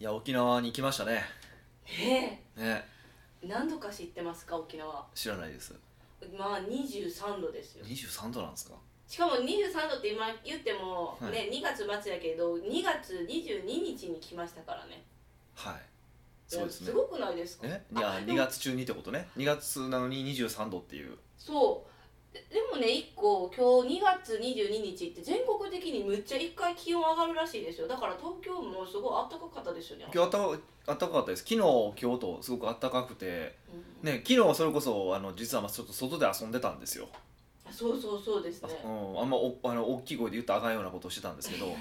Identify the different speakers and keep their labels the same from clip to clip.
Speaker 1: いや沖縄に行きましたね
Speaker 2: え
Speaker 1: ね
Speaker 2: え何度か知ってますか沖縄
Speaker 1: 知らないです
Speaker 2: まあ23度ですよ
Speaker 1: 23度なんですか
Speaker 2: しかも23度って今言っても、
Speaker 1: はい
Speaker 2: ね2月末やけど2月22日に来ましたからね
Speaker 1: はいそうですね
Speaker 2: ごくないですか
Speaker 1: えいや
Speaker 2: あで
Speaker 1: 2
Speaker 2: も
Speaker 1: 月中にってことね2月なのに23度っていう
Speaker 2: そうででもね1個今日2月22日って全国的にむっちゃ1回気温上がるらしいですよだから東京もすごい暖かかったですよね、
Speaker 1: 今日あったあったかかったです昨日今日とすごくあったかくて
Speaker 2: うん
Speaker 1: ね昨日それこそあの実はまあちょっと外で遊んでたんですよ、
Speaker 2: あそうそうそうです
Speaker 1: あ
Speaker 2: ね
Speaker 1: うん、あんまおあの大きい声で言ったらあかんようなことをしてたんですけど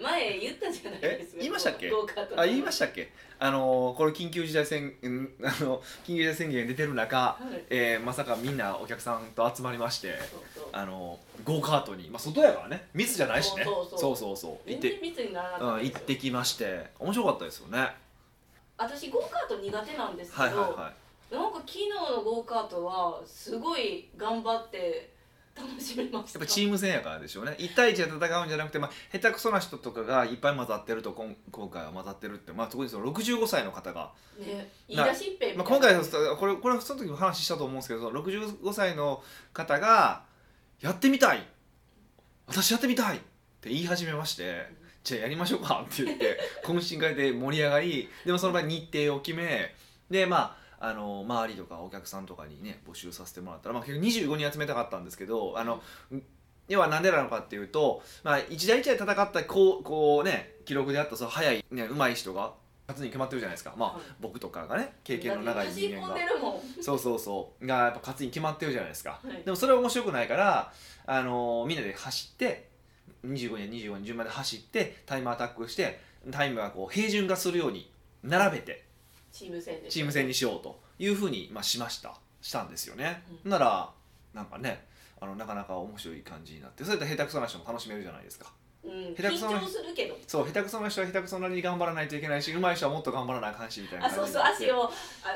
Speaker 2: 前言ったじゃないですか
Speaker 1: え言いましたっけあ
Speaker 2: あ
Speaker 1: 言いましたっけあのこの緊急事態宣んあの緊急事態宣言出てる中、
Speaker 2: たはい
Speaker 1: えーまさかみんなお客さんと集まりまして
Speaker 2: そうそう
Speaker 1: あのゴーカートに、まあ、外やからね密じゃないしね
Speaker 2: そうそうそ
Speaker 1: そう
Speaker 2: う
Speaker 1: そうそう行
Speaker 2: 全
Speaker 1: っ
Speaker 2: 然
Speaker 1: て、
Speaker 2: 密になら
Speaker 1: う
Speaker 2: な
Speaker 1: ん、
Speaker 2: かった
Speaker 1: 行
Speaker 2: んで
Speaker 1: っ
Speaker 2: すよ
Speaker 1: てきまして面白かったですよねは
Speaker 2: 私ゴーカート苦手なんですけど、
Speaker 1: いはいは
Speaker 2: なんか昨日のゴーカートはすごい頑張って楽しめまし
Speaker 1: いや
Speaker 2: た
Speaker 1: っぱチーム戦やからでしょうね1対1で戦うんじゃなくて、まあ、下手くそな人とかがいっぱい混ざってるとこん今回は混ざってるって、まあ、特にその65歳の方が、
Speaker 2: ね言い出しっぺみたい
Speaker 1: ま
Speaker 2: な、
Speaker 1: あ、今回はこれこれその時も話したと思うんですけど65歳の方が「やってみたい私やってみたい!」って言い始めまして
Speaker 2: ん
Speaker 1: 「じゃあやりましょうか」って言って懇親会で盛り上がりでもその場に日程を決めでまああの周りとかお客さんとかにね募集させてもらったら、まあ、結局25人集めたかったんですけどあの、要は何でなのかっていうと、まあ、一台一台戦ったこうこう、ね、記録であったその速い、ね、上手い人が勝つに決まってるじゃないですか、まあ
Speaker 2: はい
Speaker 1: 僕とかがね経験の長い人間
Speaker 2: だっ
Speaker 1: が
Speaker 2: て走り込んでるもん、
Speaker 1: そうそうそうがやっぱ勝つに決まってるじゃないですか、
Speaker 2: はい
Speaker 1: でもそれは面白くないから、あのーみんなで走って25人25人順番で走ってタイムアタックしてタイムがこう平準化するように並べて
Speaker 2: チーム戦で
Speaker 1: チーム戦
Speaker 2: に
Speaker 1: にしようというふうに、まあ、しましたしたんですよね、
Speaker 2: う
Speaker 1: ならなんかねあのなかなか面白い感じになってそれで下手くそな人も楽しめるじゃないですか
Speaker 2: うん
Speaker 1: 下手くそな
Speaker 2: 緊張するけど
Speaker 1: そう下手くそな人は下手くそなりに頑張らないといけないし上手い人はもっと頑張らなあかんしみたいな
Speaker 2: あ
Speaker 1: 感
Speaker 2: そう
Speaker 1: じ
Speaker 2: そう
Speaker 1: になって
Speaker 2: 足をあ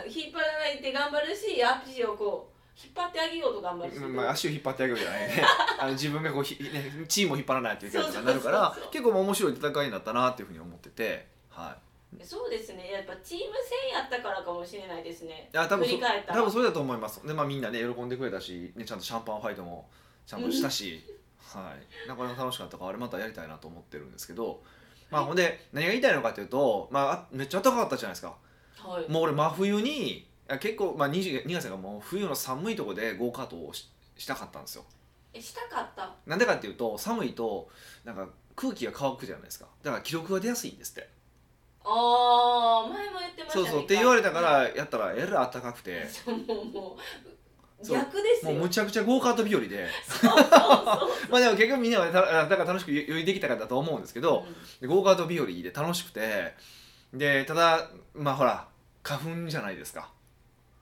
Speaker 2: 引っ張らないで頑張るし足をこう引っ張ってあげようと頑張るし、
Speaker 1: まあ、足を引っ張ってあげるじゃない ねあの自分がこうひ、ね、チームを引っ張らないといけないとかなるから
Speaker 2: そうそうそうそう
Speaker 1: 結構まあ面白い戦いになったなっていうふうに思ってて、は
Speaker 2: そうですねやっぱチーム戦やったからかもしれないですね
Speaker 1: い、いや多分
Speaker 2: 振
Speaker 1: そ
Speaker 2: り返ったら
Speaker 1: 多分それだと思いますで、まあ、みんなね喜んでくれたし、ね、ちゃんとシャンパンファイトもちゃんとしたし、はい、なかなか楽しかったからあれまたやりたいなと思ってるんですけど、まあ、ほんで何が言いたいのかというと、まああ、めっちゃ暖かかったじゃないですか
Speaker 2: はい
Speaker 1: もう俺真冬にあ結構、まあ、20 2月がもう冬の寒いところでゴーカートをししたかったんですよ
Speaker 2: えしたかった
Speaker 1: なんでかっていうと寒いとなんか空気が乾くじゃないですかだから記録が出やすいんですって
Speaker 2: ああ前も言ってました
Speaker 1: そ
Speaker 2: ね
Speaker 1: うそうって言われたか
Speaker 2: 一
Speaker 1: らやったらえらい暖かくて
Speaker 2: 回もうもう
Speaker 1: そう
Speaker 2: 逆です
Speaker 1: も
Speaker 2: よ
Speaker 1: うむちゃくちゃゴーカート日和でまあでも結局みんなはただから楽しく酔いできたかだと思うんですけどでゴーカート日和で楽しくてでただまあほら花粉じゃないですか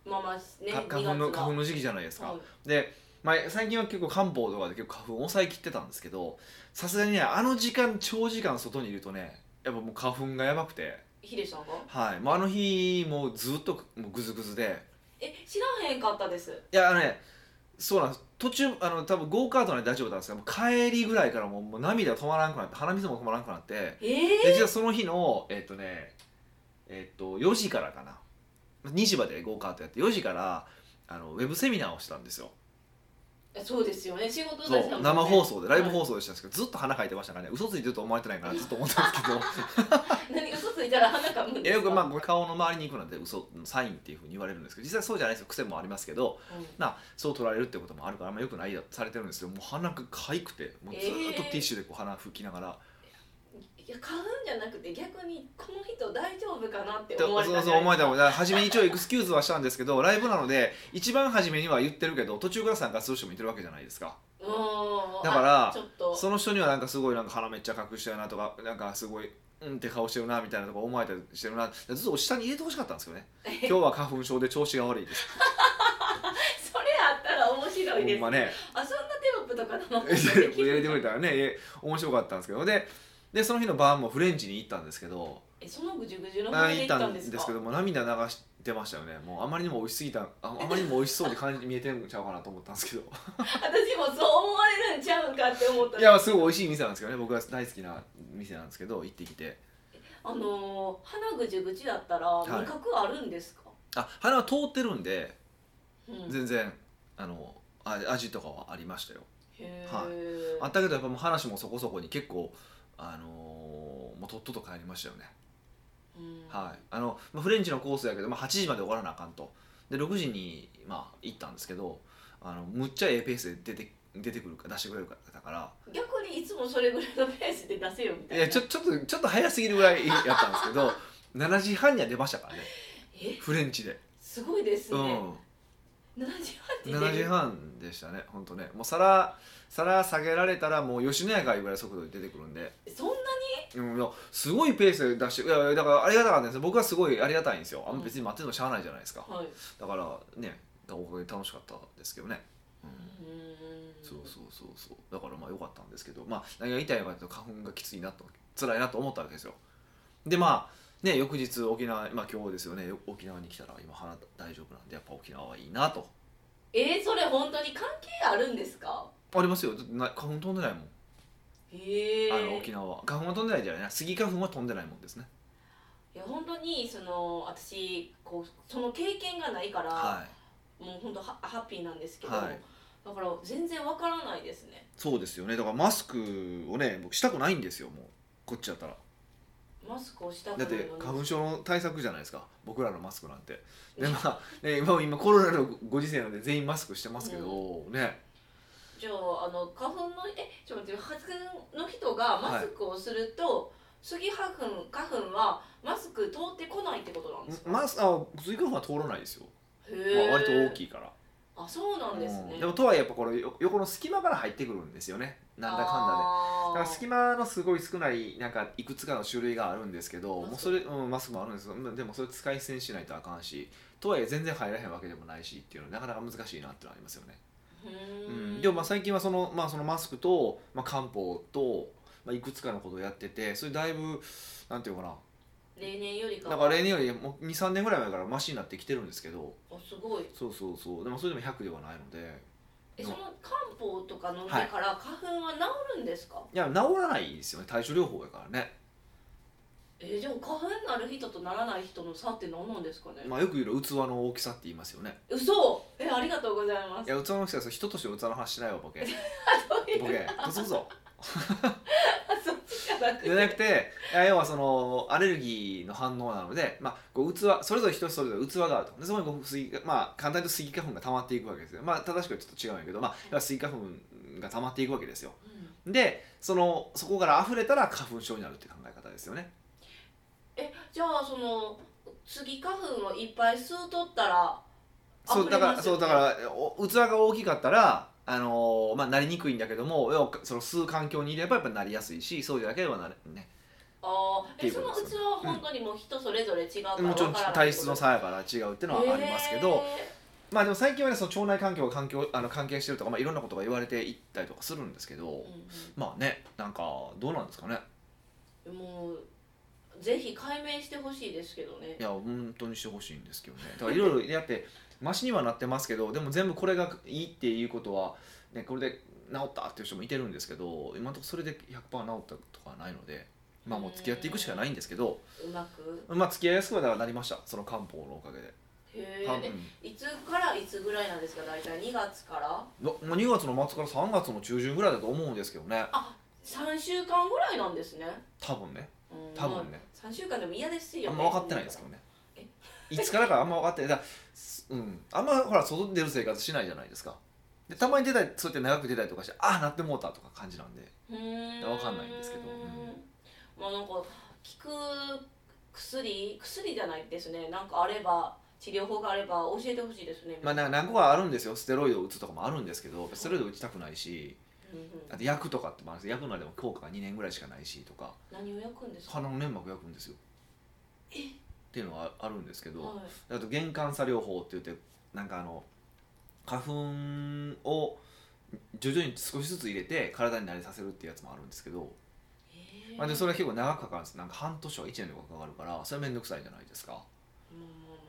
Speaker 2: うんまあまあね
Speaker 1: か花粉の
Speaker 2: 2月は
Speaker 1: 花粉の時期じゃないですか、
Speaker 2: はい
Speaker 1: で、まあ、最近は結構漢方とかで結構花粉を抑えきってたんですけどさすがにねあの時間長時間外にいるとねやっぱもう花粉がやばくて
Speaker 2: ヒデさんが
Speaker 1: はい、もうあの日もうずっともうグズグズで
Speaker 2: え知らへんかったです
Speaker 1: いやあのねそうなんです途中あの多分ゴーカートはね大丈夫なんですけどもう帰りぐらいからもうもう涙止まらなくなって鼻水も止まらなくなって
Speaker 2: え
Speaker 1: で実はその日のえっとねえっと4時からかな2時までゴーカートやって4時からあのウェブセミナーをしたんですよ
Speaker 2: ー、そうですよね仕事
Speaker 1: そ
Speaker 2: だし
Speaker 1: う生放送でライブ放
Speaker 2: 送、
Speaker 1: 送でしたんですけど、ずっと鼻かいてましたからね嘘ついてると思われてないからずっと思ったんですけ ど
Speaker 2: はい何嘘ついたら鼻かむん
Speaker 1: いや
Speaker 2: です
Speaker 1: よ
Speaker 2: か
Speaker 1: くまあこう顔の周りに行くなんて嘘のサインっていうふうに言われるんですけど実際そうじゃないですよ癖もありますけど
Speaker 2: うん
Speaker 1: まあそう取られるってこともあるからあんまよくないだされてるんですけどもう鼻がかゆくてもうずーっと
Speaker 2: えー
Speaker 1: ティッシュでこう鼻拭きながら、
Speaker 2: いや買うんじゃなくて逆にこの人大丈夫かなって
Speaker 1: で
Speaker 2: 思われた
Speaker 1: そ
Speaker 2: ん
Speaker 1: う
Speaker 2: じ
Speaker 1: そ
Speaker 2: ゃ
Speaker 1: う
Speaker 2: な
Speaker 1: 思
Speaker 2: い
Speaker 1: えたもんだから初めに一応エクスキューズはしたんですけどライブなので一番初めには言ってるけど途中から参加する人もいてるわけじゃないですか
Speaker 2: うーん
Speaker 1: だから
Speaker 2: あちょっと
Speaker 1: その人にはなんかすごいなんか鼻めっちゃ隠してるなとかなんかすごいうんって顔してるなみたいなとか思われたりしてるなずっと下に入れてほしかったんですけ どね今日は花粉症で調子が悪いです
Speaker 2: それあったら面白
Speaker 1: ほ
Speaker 2: いで
Speaker 1: ん
Speaker 2: す
Speaker 1: まね
Speaker 2: あそんなテロップとか生放送でき
Speaker 1: 入
Speaker 2: る
Speaker 1: れてくれたらねえ面白かったんですけどででその日の晩もフレンチに行ったんですけど
Speaker 2: えそのぐじゅぐじゅの
Speaker 1: あ
Speaker 2: 方
Speaker 1: 行
Speaker 2: で行
Speaker 1: っ
Speaker 2: ったた
Speaker 1: ん
Speaker 2: ん
Speaker 1: で
Speaker 2: ですす
Speaker 1: け
Speaker 2: か
Speaker 1: ども涙流してましたよねもうあまりにも美味しすぎたああまりにも美味しそうに感じ見えてるんちゃうかなと思ったん ですけど
Speaker 2: 私もそう思われるんちゃうんかって思った
Speaker 1: いやすごい美味しい店なんですけどね僕が大好きな店なんですけど行ってきて
Speaker 2: あのー鼻ぐじゅぐじゅだったら
Speaker 1: い
Speaker 2: 味覚あるんですか、
Speaker 1: あ鼻は通ってるんで
Speaker 2: うん
Speaker 1: 全然あのあ味とかはありましたよ
Speaker 2: へ
Speaker 1: は
Speaker 2: ー
Speaker 1: あったけどやっぱもう話もそこそこに結構あのーもうとっとと帰りましたよね、
Speaker 2: うん
Speaker 1: はいあのまあ、フレンチのコースやけど、まあ、8時まで終わらなあかんとで6時に、まあ、行ったんですけどあのむっちゃええペースで出て出てくるか出してくれるかだから
Speaker 2: 逆にいつもそれぐらいのペースで出せよみたい
Speaker 1: い
Speaker 2: な
Speaker 1: やちょちょっとちょっと早すぎるぐらいやったんですけど 7時半には出ましたからね
Speaker 2: え
Speaker 1: フレンチで、
Speaker 2: すごいです
Speaker 1: う
Speaker 2: ね、
Speaker 1: ん
Speaker 2: 7時半って
Speaker 1: 7時半でしたね本当ねもう皿皿下げられたらもう吉野家がいうぐらい速度で出てくるんで
Speaker 2: そんな
Speaker 1: うん、いやすごいペースで出していやだからありがたかったんですよ僕はすごいありがたいんですよあん
Speaker 2: う
Speaker 1: ま
Speaker 2: ん
Speaker 1: 別に待ってるのしゃあないじゃないですか
Speaker 2: にはい
Speaker 1: だからねおかげで楽しかったですけどね、うん
Speaker 2: うん
Speaker 1: そうそうそうそうだからまあ良かったんですけどまあ何が言いたいかというと花粉がきついなと辛いなと思ったわけですよでまあね翌日沖縄まあ今日ですよねよ沖縄に来たら今鼻大丈夫なんでやっぱ沖縄はいいなと
Speaker 2: えー、それ本当に関係あるんですか
Speaker 1: ありますよだってな花粉飛んでないもん、
Speaker 2: へえ
Speaker 1: あの沖縄は花粉は飛んでないじゃないなスギ花粉は飛んでないもんですね
Speaker 2: いや本当にその私こうその経験がないから、
Speaker 1: はい
Speaker 2: もう本当はハッピーなんですけど、
Speaker 1: はい
Speaker 2: だから全然わからないですね
Speaker 1: そうですよねだからマスクをね僕したくないんですよもうこっちだったら
Speaker 2: マスクをしたくな
Speaker 1: だ
Speaker 2: い
Speaker 1: っ
Speaker 2: のに
Speaker 1: て花粉症の対策じゃないですか僕らのマスクなんてでまあ、ね、今今コロナのご時世なんで全員マスクしてますけど、ね
Speaker 2: じゃああの花粉のえちょっと待って花粉の人がマスクをすると、スギ花粉花粉はマスク通ってこないってことなんですか、
Speaker 1: マスあ追加は通らないですよ、
Speaker 2: へえ
Speaker 1: まあ、割と大きいから
Speaker 2: あそうなんです
Speaker 1: う
Speaker 2: ね
Speaker 1: んでもとはいえやっぱこのよ横の隙間から入ってくるんですよねなんだかんだで、だから隙
Speaker 2: 間
Speaker 1: 間のすごい少ないなんかいくつかの種類があるんですけどもう
Speaker 2: マス
Speaker 1: そ
Speaker 2: ク
Speaker 1: れ、うん、マスクもあるんですけどでもそれ使い捨てにしないとあかんしとはいえ全然入らへんわけでもないしっていうのはなかなか難しいなっていうのはありますよね、うん、でもまあ最近はその,、まあ、そのマスクと、まあ、漢方と、まあ、いくつかのことをやっててそれだいぶなんていうのか
Speaker 2: 例年よりか
Speaker 1: な
Speaker 2: は
Speaker 1: だから例年よりも23年ぐらい前からマシになってきてるんですけど
Speaker 2: あすごい
Speaker 1: そうそうそうでもそれでも100ではないのでう
Speaker 2: え
Speaker 1: ん
Speaker 2: その漢方とか飲んでから花粉は治るんですか、
Speaker 1: いや治らないですよね対処療法やからね、
Speaker 2: えー、でも花粉なる人とならない人の差って何なんですかね、
Speaker 1: まあ、よく言う器の大きさって言いますよね
Speaker 2: 嘘えありがとうございま
Speaker 1: い
Speaker 2: す
Speaker 1: や器の大きさです人として器の話しないわボ ケボケどつくぞ
Speaker 2: そっちじゃなくて
Speaker 1: じゃなくていや要はそのアレルギーの反応なので、まあ、こう器それぞれ人それぞれ器があるとでそこにこうスギまあ簡単に言うとスギ花粉が溜まっていくわけですよまあ正しくはちょっと違うんやけど、まあ、要はスギ花粉が溜まっていくわけですよ
Speaker 2: うん
Speaker 1: でそのそこから溢れたら花粉症になるって考え方ですよね
Speaker 2: えじゃあそのスギ花粉をいっぱい吸うとったら
Speaker 1: そうだから
Speaker 2: 溢れますよ
Speaker 1: そうだ
Speaker 2: ね
Speaker 1: からお器が大きかったらあのーまあ、なりにくいんだけども要はその吸う環境にいればやっぱなりやすいしそうじゃなければなれね
Speaker 2: あー
Speaker 1: って
Speaker 2: え
Speaker 1: いう
Speaker 2: そ
Speaker 1: こと
Speaker 2: の
Speaker 1: です
Speaker 2: 器は本当にもう人それぞれ違うから
Speaker 1: もちろん
Speaker 2: わからない
Speaker 1: 体質の差やから違うっていうのはありますけど、まあでも最近はねその腸内環境が環境あの関係してるとか、まあ、いろんなことが言われていったりとかするんですけど、
Speaker 2: へー
Speaker 1: まあねなんかどうなんですかね
Speaker 2: うんうんもうぜひ解明してほしいですけどね
Speaker 1: いや本当にしてほしいんですけどねだからいろいろやってマシにはなってますけどでも全部これがいいっていうことは、ね、これで治ったっていう人もいてるんですけど今のところそれで100%治ったとかはないので。まあもう付き合っていくしかないんですけど、
Speaker 2: うまく
Speaker 1: まあ付き合いやすくはだからなりました。その漢方のおかげで。
Speaker 2: へ
Speaker 1: 多
Speaker 2: え
Speaker 1: 分
Speaker 2: いつからいつぐらいなんですか大体2月から
Speaker 1: のもう2月の末から3月の中旬ぐらいだと思うんですけどね
Speaker 2: 3週間ぐらいなんですね
Speaker 1: 多分ね
Speaker 2: うん
Speaker 1: 多分ね
Speaker 2: まあ3週間でも嫌ですよ
Speaker 1: あんま分かってないですけどね
Speaker 2: え
Speaker 1: いつからかあんま分かってないだすうんあんまほら外に出る生活しないじゃないですかでたまに出たりそうやって長く出たりとかしてああなってもうたとか感じなんでわ
Speaker 2: わ
Speaker 1: かんないんですけどうん
Speaker 2: まあなんか効く薬薬じゃないですねなんかあれば治療法があれば教えてほしいですね
Speaker 1: まあな何個かあるんですよステロイドを打つとかもあるんですけどステロイド打ちたくないし
Speaker 2: うんうん
Speaker 1: あと薬とかってもあるんですよ薬のでも効果が2年ぐらいしかないしとか
Speaker 2: 何を焼くんですか
Speaker 1: 鼻の粘膜焼くんですよっていうのがあるんですけど、
Speaker 2: は
Speaker 1: あと玄関差療法って言ってなんかあの花粉を徐々に少しずつ入れて体に慣れさせるっていうやつもあるんですけど、
Speaker 2: いへえ
Speaker 1: まあ、でそれは結構長くかかるんですなんか半年は1年とかかかるからそれは面倒くさいじゃないですか,、
Speaker 2: ま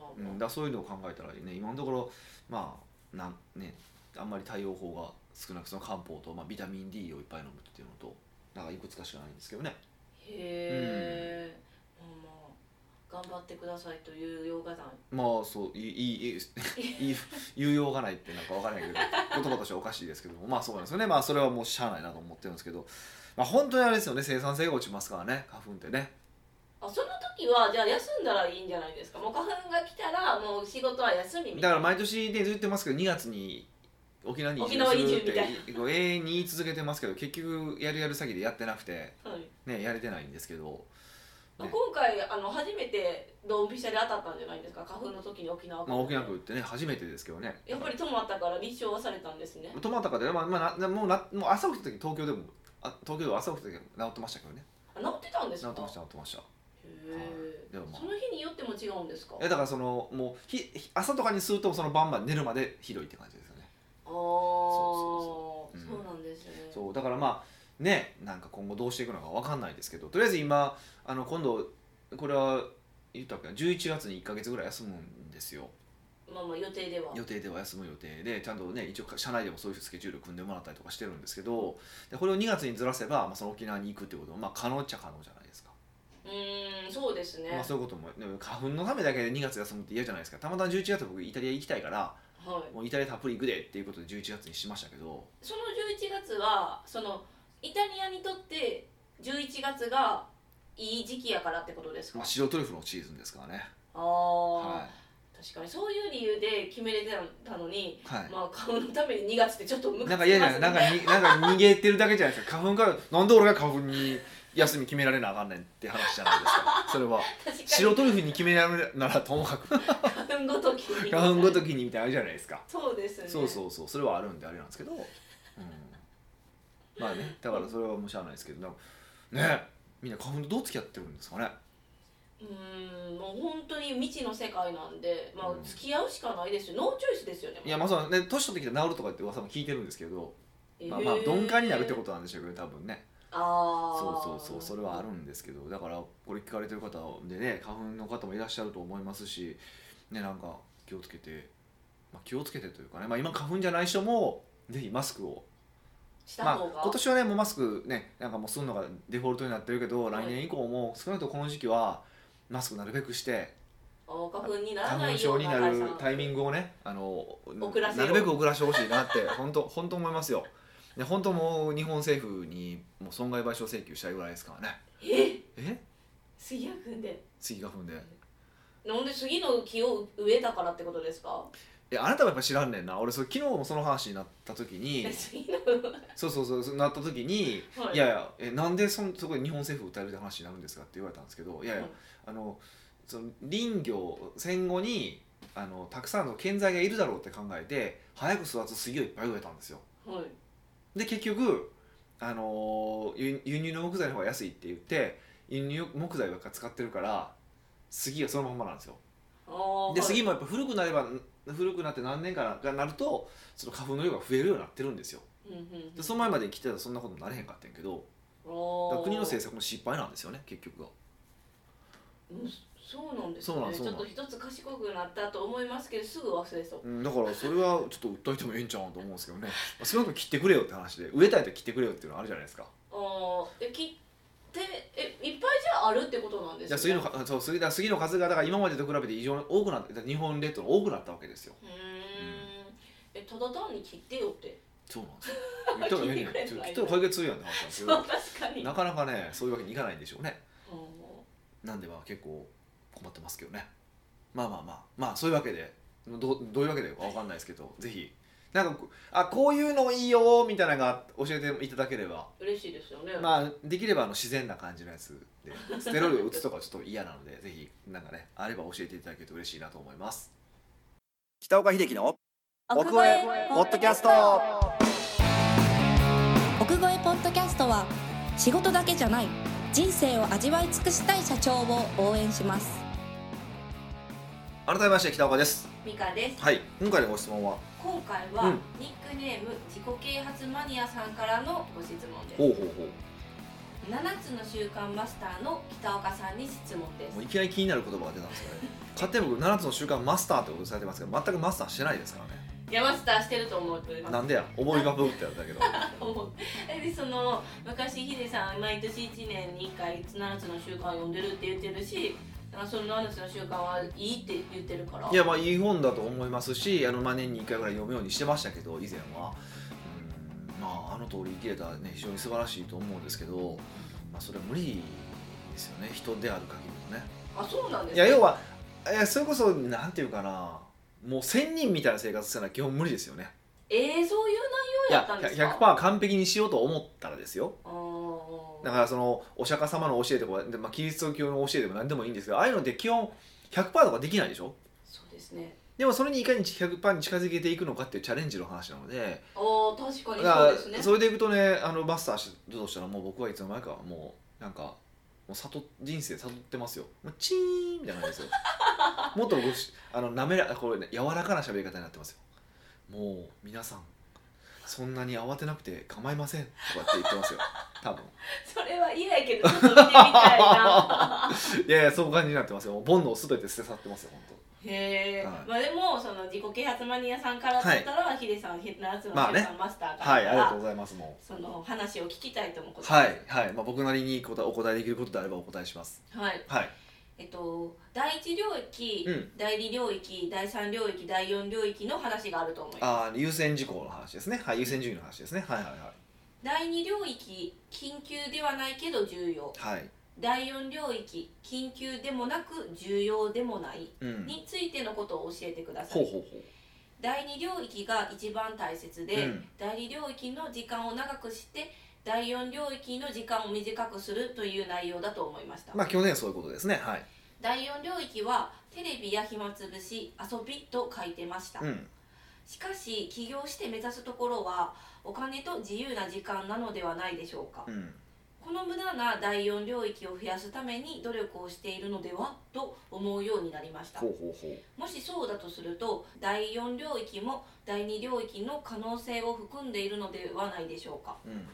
Speaker 2: あまあ
Speaker 1: うん、
Speaker 2: まあ
Speaker 1: だからそういうのを考えたらね今のところまあなんねあんまり対応法が少なくその漢方と、まあ、ビタミン D をいっぱい飲むっていうのとなんかいくつかしかないんですけどね
Speaker 2: へえ、まあ頑張ってくださいという洋画団
Speaker 1: まあそういいいいいいいい言うようがないってなんかわからないけど言葉としてはおかしいですけどもまあそうなんですよねまあそれはもうしゃあないなと思ってるんですけどまあ本当にあれですよね生産性が落ちますからね花粉ってね
Speaker 2: あその時はじゃあ休んだらいいんじゃないですかもう花粉が来たらもう仕事は休み
Speaker 1: だ
Speaker 2: みたい
Speaker 1: か
Speaker 2: な
Speaker 1: ら毎年ねずっと言ってますけど2月に沖縄に移
Speaker 2: 沖縄移
Speaker 1: 住
Speaker 2: 住
Speaker 1: する
Speaker 2: みたい
Speaker 1: って永遠に言い続けてますけど結局やるやる詐欺でやってなくて
Speaker 2: はい
Speaker 1: ねやれてないんですけど
Speaker 2: まあ
Speaker 1: ね
Speaker 2: 今回あの初めてドンピシャで当たったんじゃないですか花粉の時に沖縄
Speaker 1: まあ沖縄区ってね初めてですけどね
Speaker 2: やっぱり止まったから立証はされたんですね
Speaker 1: 泊まったかで、まあまあ、なもうなもう朝起きた時東京でもあ東京では朝起きた時治ってましたけどね
Speaker 2: あ治ってたんです
Speaker 1: 治
Speaker 2: か
Speaker 1: ってました治ってました
Speaker 2: へえ
Speaker 1: いでもまあ
Speaker 2: その日によっても違うんですか
Speaker 1: えだからそのもうひひ朝とかにするとその晩まで寝るまでひどいって感じですよね
Speaker 2: ああ
Speaker 1: そうそう
Speaker 2: そう
Speaker 1: うん
Speaker 2: なんですね
Speaker 1: そうだからまあねなんか今後どうしていくのかわかんないですけどとりあえず今あの今度これは言ったっけな11月に1か月ぐらい休むんですよ
Speaker 2: まあまあ予定では
Speaker 1: 予定では休む予定でちゃんとね一応社内でもそういうスケジュール組んでもらったりとかしてるんですけどでこれを2月にずらせば、まあ、その沖縄に行くってことも、まあ、可能っちゃ可能じゃないですか、
Speaker 2: うーんそうですね
Speaker 1: まあ、そういうこともでも花粉のためだけで2月休むって嫌じゃないですかたまたま11月僕イタリア行きたいから
Speaker 2: はい
Speaker 1: もうイタリアたっぷり行くでっていうことで11月にしましたけど
Speaker 2: その11月はそのイタリアにとって11月がいい時期やからってことですか、
Speaker 1: まあ、白トリュフのシーズンですからね。
Speaker 2: ああ、
Speaker 1: は
Speaker 2: 確かにそういう理由で決めれてたのに、
Speaker 1: い。はい。
Speaker 2: まあ花粉のために2月ってちょっとムカ
Speaker 1: なんか
Speaker 2: つ
Speaker 1: 嫌
Speaker 2: き
Speaker 1: じゃ
Speaker 2: ま
Speaker 1: な
Speaker 2: す
Speaker 1: い、
Speaker 2: ね
Speaker 1: なんかに、なんか逃げてるだけじゃないですか。花粉から、なんで俺が花粉に休み決められなあかんねんって話じゃないですか。それ は。
Speaker 2: 確か
Speaker 1: 白トリュフに決められるならともか く、
Speaker 2: に花粉ごときに
Speaker 1: 花粉ごときにみたいなのあるじゃないですか。
Speaker 2: そうですね
Speaker 1: そうそうそう、それはあるんであれなんですけど。うん。まあね、だからそれはもうしゃあないですけど、なんかね、みんな花粉とどう付き合ってるんですかね。
Speaker 2: うーんもう本当に未知の世界なんで、まあ
Speaker 1: う、ん
Speaker 2: 付き合うしかないですよノーチョイスですよね
Speaker 1: いや、まあそうね、年取ってきて治るとかって噂も聞いてるんですけど、まあまあ鈍感になるってことなんでしょうけど、多分ね。
Speaker 2: とああ
Speaker 1: そうそうそうそれはあるんですけどだからこれ聞かれてる方でね花粉の方もいらっしゃると思いますしねなんか気をつけて、まあ、気をつけてというかね、まあ、今花粉じゃない人もぜひマスクを、
Speaker 2: した
Speaker 1: ま
Speaker 2: 方が、
Speaker 1: あ、今年はねもうマスクねなんかもうするのがデフォルトになってるけど
Speaker 2: はい
Speaker 1: 来年以降も少なくともこの時期はマスクなるべくして
Speaker 2: お花粉になら
Speaker 1: 花
Speaker 2: な
Speaker 1: 粉
Speaker 2: いよ
Speaker 1: 症
Speaker 2: う
Speaker 1: に
Speaker 2: な
Speaker 1: なるタイ
Speaker 2: ン
Speaker 1: ミングをねあの
Speaker 2: 遅らせよ
Speaker 1: な
Speaker 2: う
Speaker 1: るべく遅らせてほしいなって本当本当思いますよ。で本当もう日本政府にもう損害賠償請求したいぐらいですからね。
Speaker 2: グえ
Speaker 1: え
Speaker 2: 杉谷君で
Speaker 1: 次が踏んで
Speaker 2: なんで杉の木を植えたからってことですか
Speaker 1: いやあなたもやっぱ知らんねんな俺それ昨日もその話になった時 に
Speaker 2: え杉の、
Speaker 1: そうそうそうそうなった時に
Speaker 2: はい
Speaker 1: やいやえなんでそんそこで日本政府訴えるって話になるんですかって言われたんですけどいやいや、
Speaker 2: うん
Speaker 1: あのその林業戦後にあのたくさんの建材がいるだろうって考えて早く育つ杉をいっぱい植えたんですよ
Speaker 2: はい
Speaker 1: で結局あの輸輸入の木材の方が安いって言って輸入木材ばっか使ってるから杉がそのまんまなんですよ
Speaker 2: あー
Speaker 1: で
Speaker 2: はい
Speaker 1: 杉もやっぱ古くなれば古くなって何年かがなるとその花粉の量が増えるようになってるんですよ
Speaker 2: うんうんうん
Speaker 1: でその前まで来てたらそんなことになれへんかったんやけどだから
Speaker 2: あー
Speaker 1: 国の政策も失敗なんですよね結局が
Speaker 2: うんそうなんです
Speaker 1: そうなん
Speaker 2: ね
Speaker 1: そう
Speaker 2: ち
Speaker 1: な
Speaker 2: ょ
Speaker 1: ん
Speaker 2: っと一つ賢くなったと思いますけどすぐ忘れそう
Speaker 1: うんだからそれはちょっと訴えてもええんちゃうんと思うんですけどね まあ少なくとも切ってくれよって話で植えたいと切ってくれよっていうのはあるじゃないですか
Speaker 2: ああで切ってえいっぱいじゃああるってことなんです
Speaker 1: じゃあ杉のかそう杉だ杉の数がだから今までと比べて異常に多くなって日本列島が多くなったわけですよ
Speaker 2: うーんえただ単に切ってよって
Speaker 1: そうなん ですよ言ったらええねん
Speaker 2: 切って くれない
Speaker 1: 切ったら解決するやんって話なんです
Speaker 2: そ
Speaker 1: け
Speaker 2: う
Speaker 1: ど
Speaker 2: 確かに
Speaker 1: なかなかねそういうわけにいかないんでしょうね
Speaker 2: う
Speaker 1: なんでまあ結構困ってますけどねまあまあまあまあそういうわけでどどういうわけでかわかんないですけどぜひなんかこうあこういうのいいよみたいなのが教えていただければ、
Speaker 2: ん嬉しいですよね、
Speaker 1: まあできればあの自然な感じのやつでステロイドを打つとかちょっと嫌なのでぜひなんかねあれば教えていただけると嬉しいなと思います北岡秀樹の奥越えポッドキャスト
Speaker 3: 奥越えポッドキャストは仕事だけじゃない人生を味わい尽くしたい社長を応援します
Speaker 1: 改めまして北岡です
Speaker 2: ミカです
Speaker 1: はい今回のご質問は
Speaker 2: 今回
Speaker 1: う
Speaker 2: は、
Speaker 1: ん
Speaker 2: ニックネーム自己啓発マニアさんからのご質問です
Speaker 1: ほうほうほ
Speaker 2: 7つの習慣マスターの北岡さんに質問で
Speaker 1: う
Speaker 2: す
Speaker 1: もういきなり気になる言葉が出たんですよね勝手に僕7つの習慣マスターってことされてますけど全くマスターしてないですからね
Speaker 2: いやマスターしてると思うと思います
Speaker 1: なんでや思いバブってやったけど
Speaker 2: 思う でその昔ヒデさん毎年1年に1回7つの習慣を読んでるって言ってるしあそのアヌスの習慣はいいって言ってるから
Speaker 1: いやまあいい本だと思いますしあの、まあ、年に1回ぐらい読むようにしてましたけど以前はうんまああの通り生きれたらね非常に素晴らしいと思うんですけど、まあ、それは無理ですよね人である限りはね
Speaker 2: あそうなんで
Speaker 1: い
Speaker 2: す
Speaker 1: や
Speaker 2: ね
Speaker 1: 要はいやそれこそなんていうかなもう仙人みたいな生活したら基本無理ですよね
Speaker 2: えー、そういう
Speaker 1: い
Speaker 2: 内容や
Speaker 1: や
Speaker 2: ったんですか
Speaker 1: 100%完璧にしようと思ったらですよ
Speaker 2: あー
Speaker 1: だからそのお釈迦様の教えとか、でまあ、キリスト教の教えでも何でもいいんですけどああいうのって基本100%とかできないでしょ
Speaker 2: そうですね
Speaker 1: でもそれにいかに100%に近づけていくのかっていうチャレンジの話なので
Speaker 2: ああ確か
Speaker 1: だ
Speaker 2: に
Speaker 1: か
Speaker 2: そう
Speaker 1: ら
Speaker 2: ですね
Speaker 1: それでいくとねあのマスターしたとしたらもう僕はいつの間にかもうなんかもう悟っ人生悟ってますよもうチーンみたいな感じです よもっと僕しあの滑らこれ、ね、柔らかな喋り方になってますよもう皆さんそんなに慌てなくて構いませんとかって言ってますよ多分
Speaker 2: それは嫌やけどちょっと見てみたいな
Speaker 1: いやいやそういう感じになってますよもう煩悩すべて捨て去ってますよ本
Speaker 2: へえ、
Speaker 1: はい
Speaker 2: まあでもその自己啓発マニアさんからだったら、ヒデさんヒデナーツのヒデ
Speaker 1: まあね
Speaker 2: さん、マスターか
Speaker 1: 当は
Speaker 2: ら
Speaker 1: いありがとうございますも
Speaker 2: その話を聞きたいと思うこ
Speaker 1: う
Speaker 2: と
Speaker 1: はいはい、まあ、僕なりに答えお答えできることであればお答えします
Speaker 2: はい
Speaker 1: はい
Speaker 2: えっと第一領域、
Speaker 1: うん
Speaker 2: 第二領域第三領域第四領域の話があると思います
Speaker 1: あー優先事項の話ですねはい優先順位の話ですねはいはい
Speaker 2: 第二領域緊急ではないけど重要
Speaker 1: はいはい
Speaker 2: 第四領域緊急でもなく重要でもない
Speaker 1: うん
Speaker 2: についてのことを教えてくださ
Speaker 1: ほ
Speaker 2: い、
Speaker 1: うほうほう
Speaker 2: 第二領域が一番大切で、
Speaker 1: うん
Speaker 2: 第二領域の時間を長くして第四領域の時間を短くするという内容だと思いました、
Speaker 1: まあ去年そういうことですねはい
Speaker 2: 第四領域はテレビや暇つぶし遊びと書いてました、
Speaker 1: うん
Speaker 2: しかし起業して目指すところはお金と自由な時間なのではないでしょうか、
Speaker 1: うん
Speaker 2: この無駄な第四領域を増やすために努力をしているのではと思うようになりました
Speaker 1: ほうほうほう
Speaker 2: もしそうだとすると第4領域も第2領域の可能性を含んでいるのではないでしょうか
Speaker 1: うん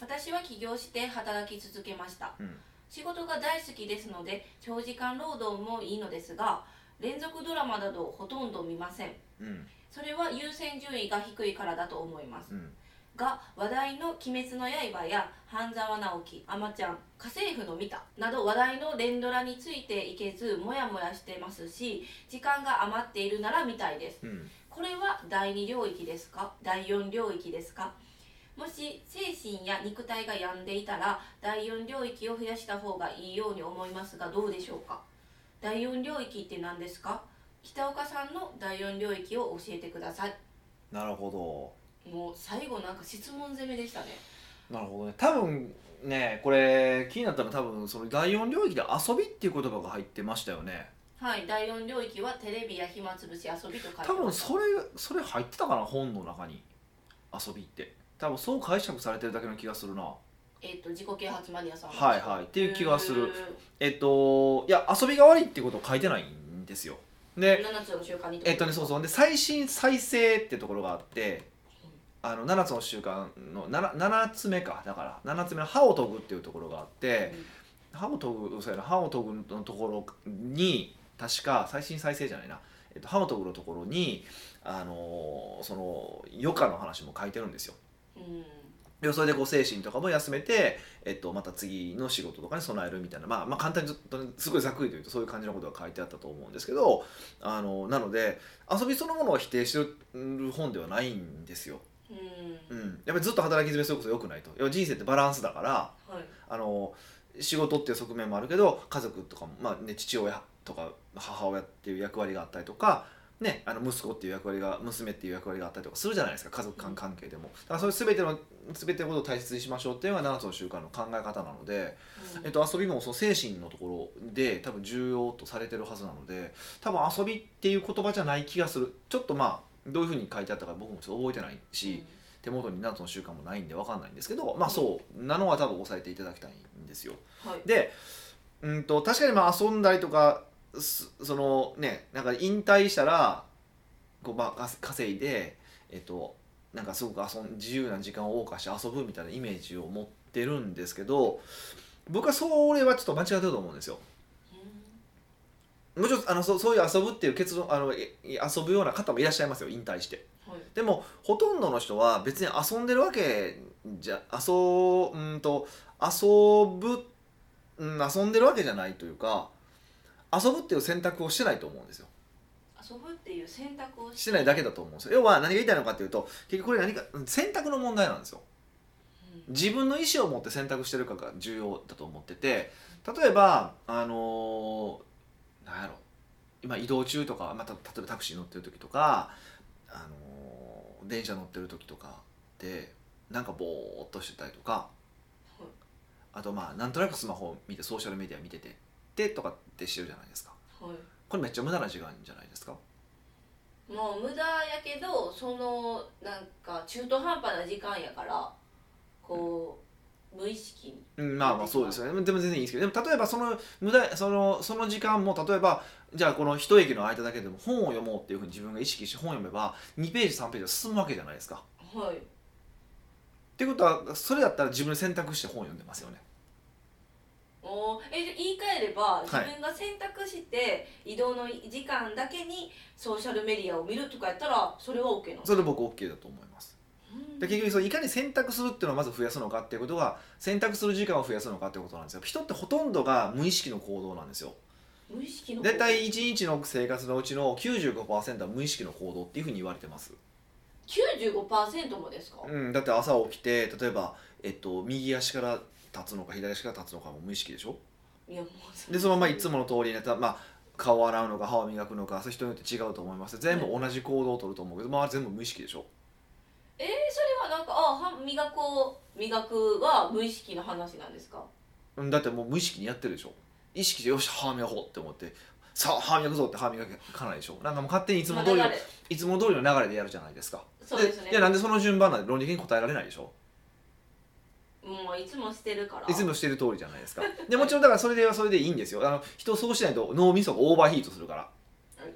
Speaker 2: 私は起業して働き続けました
Speaker 1: うん
Speaker 2: 仕事が大好きですので長時間労働もいいのですが連続ドラマなどほとんど見ません
Speaker 1: うん
Speaker 2: それは優先順位が低いからだと思います
Speaker 1: うん
Speaker 2: が話題の「鬼滅の刃」や「半沢直樹」「あまちゃん」「家政婦の見た」など話題の連ドラについていけずモヤモヤしてますし時間が余っているならみたいです
Speaker 1: うん
Speaker 2: これは第2領域ですか第4領域ですかもし精神や肉体が病んでいたら第4領域を増やした方がいいように思いますがどうでしょうか第4領域って何ですか北岡さんの第4領域を教えてください
Speaker 1: なるほど
Speaker 2: もう最後なんか質問攻めでしたね
Speaker 1: なるほどね多分ねこれ気になったのは多分その第4領域で遊びっていう言葉が入ってましたよね
Speaker 2: はい、第4領域はテレビや暇つぶし遊びと書いてます
Speaker 1: 多分それそれ入ってたかな本の中に遊びって多分そう解釈されてるだけの気がするな
Speaker 2: えっ、と自己啓発マニアさんが
Speaker 1: はいはいっていう気がする
Speaker 2: う
Speaker 1: えっといや遊びが悪いってことを書いてないんですよ
Speaker 2: ーん
Speaker 1: で
Speaker 2: 7つの習慣に
Speaker 1: えっとねそうそうで最新再生ってところがあってあの7つの習慣の 7, 7つ目かだから7つ目の歯を研ぐっていうところがあって歯を研ぐそうやな歯を研ぐのところに確か最新再生じゃないな、えっと、歯を研ぐのところにあのーその余暇の話も書いてるんですよ
Speaker 2: うん、うん
Speaker 1: でそれでこう精神とかも休めて、えっと、また次の仕事とかに備えるみたいな、まあ、まあ簡単にちょっとねすごいざっくりと言うとそういう感じのことが書いてあったと思うんですけどあのなので遊びそのものを否定してる本ではないんですよ。う
Speaker 2: う
Speaker 1: んん、やっぱりずっと働き詰めそれこそ良くないと要は人生ってバランスだから
Speaker 2: はい
Speaker 1: あの仕事っていう側面もあるけど家族とかも、まあね、父親とか母親っていう役割があったりとか、ね、あの息子っていう役割が娘っていう役割があったりとかするじゃないですか家族間関係でもだからそれ全ての全てのことを大切にしましょうっていうのが7つの習慣の考え方なので、
Speaker 2: うん
Speaker 1: えっと、遊びもその精神のところで多分重要とされてるはずなので多分遊びっていう言葉じゃない気がするちょっとまあどういうふうに書いてあったか僕もちょっと覚えてないし。手元に7つの習慣もないんで分かんないんですけどまあそうなのは多分押さえていただきたいんですよ。
Speaker 2: うんはい
Speaker 1: でうんと確かにまあ遊んだりとかすそのねなんか引退したらこう、まあ、か稼いでえっとなんかすごく遊ん自由な時間を謳歌して遊ぶみたいなイメージを持ってるんですけど僕はそれはちょっと間違ってると思うんですよ。もちろんあのそうそういう遊ぶっていう結論あのえ遊ぶような方もいらっしゃいますよ引退して。
Speaker 2: うんはい
Speaker 1: でもほとんどの人は別に遊んでるわけじゃ遊うんと遊ぶ、うん、遊んでるわけじゃないというか遊ぶっていう選択をしてないと思うんですよ
Speaker 2: 遊ぶっていう選択を
Speaker 1: してないだけだと思うんですよ要は何が言いたいのかっていうと結局これ何か選択の問題なんですよ
Speaker 2: うん
Speaker 1: 自分の意思を持って選択してるかが重要だと思ってて例えばあのーなんやろ今移動中とか、まあ、た例えばタクシー乗ってる時とか、あのー電車乗ってる時とかでなんかぼーっとしてたりとか
Speaker 2: はい
Speaker 1: あとまあなんとなくスマホを見てソーシャルメディア見ててでとかってしてるじゃないですか
Speaker 2: はい
Speaker 1: これめっちゃ無駄な時間じゃないですか
Speaker 2: もう無駄やけどそのなんか中途半端な時間やからこう無意識に
Speaker 1: うん、まあまあそうですよねでも全然いいんですけどでも例えばその無駄そのその時間も例えばじゃあこの一駅の間だけでも本を読もうっていうふうに自分が意識して本を読めば2ページ3ページは進むわけじゃないですか。
Speaker 2: はい
Speaker 1: っていうことはそれだったら自分で選択して本を読んでますよね。
Speaker 2: おーえじゃあ言い換えれば
Speaker 1: い
Speaker 2: 自分が選択して移動の時間だけにソーシャルメディアを見るとかやったらそれは OK なの
Speaker 1: それで僕 OK だと思います。
Speaker 2: うん
Speaker 1: で結局そのいかに選択するっていうのをまず増やすのかっていうことが選択する時間を増やすのかっていうことなんですよ。人ってほとんどが無意識の行動なんですよ。
Speaker 2: 無意識の
Speaker 1: 大体1日の生活のうちの95%は無意識の行動っていうふうに言われてます。
Speaker 2: 95%もですか、
Speaker 1: うん、だって朝起きて例えば、えっと、右足から立つのか左足から立つのかも無意識でしょ
Speaker 2: いやもうれ
Speaker 1: でそのままいつもの通りにやったら、まあ、顔を洗うのか歯を磨くのかそれ人によって違うと思います全部同じ行動をとると思うけど、まあ、全部無意識でしょ
Speaker 2: えー、それはなんかあ歯磨こう磨くは無意識の話なんですか
Speaker 1: うんだってもう無意識にやってるでしょ意識でよし歯磨こうって思ってさあ歯磨くぞって歯磨かないでしょなんかもう勝手にいつも通りの
Speaker 2: まあ流れ
Speaker 1: いつも通りの流れでやるじゃないですか
Speaker 2: そうですね
Speaker 1: いやなんでその順番なんで論理的に答えられないでしょ
Speaker 2: もういつもしてるか
Speaker 1: い
Speaker 2: ら
Speaker 1: つもしてる通りじゃないですかでもちろんだからそれではそれでいいんですよあの人そうしないと脳みそがオーバーヒートするから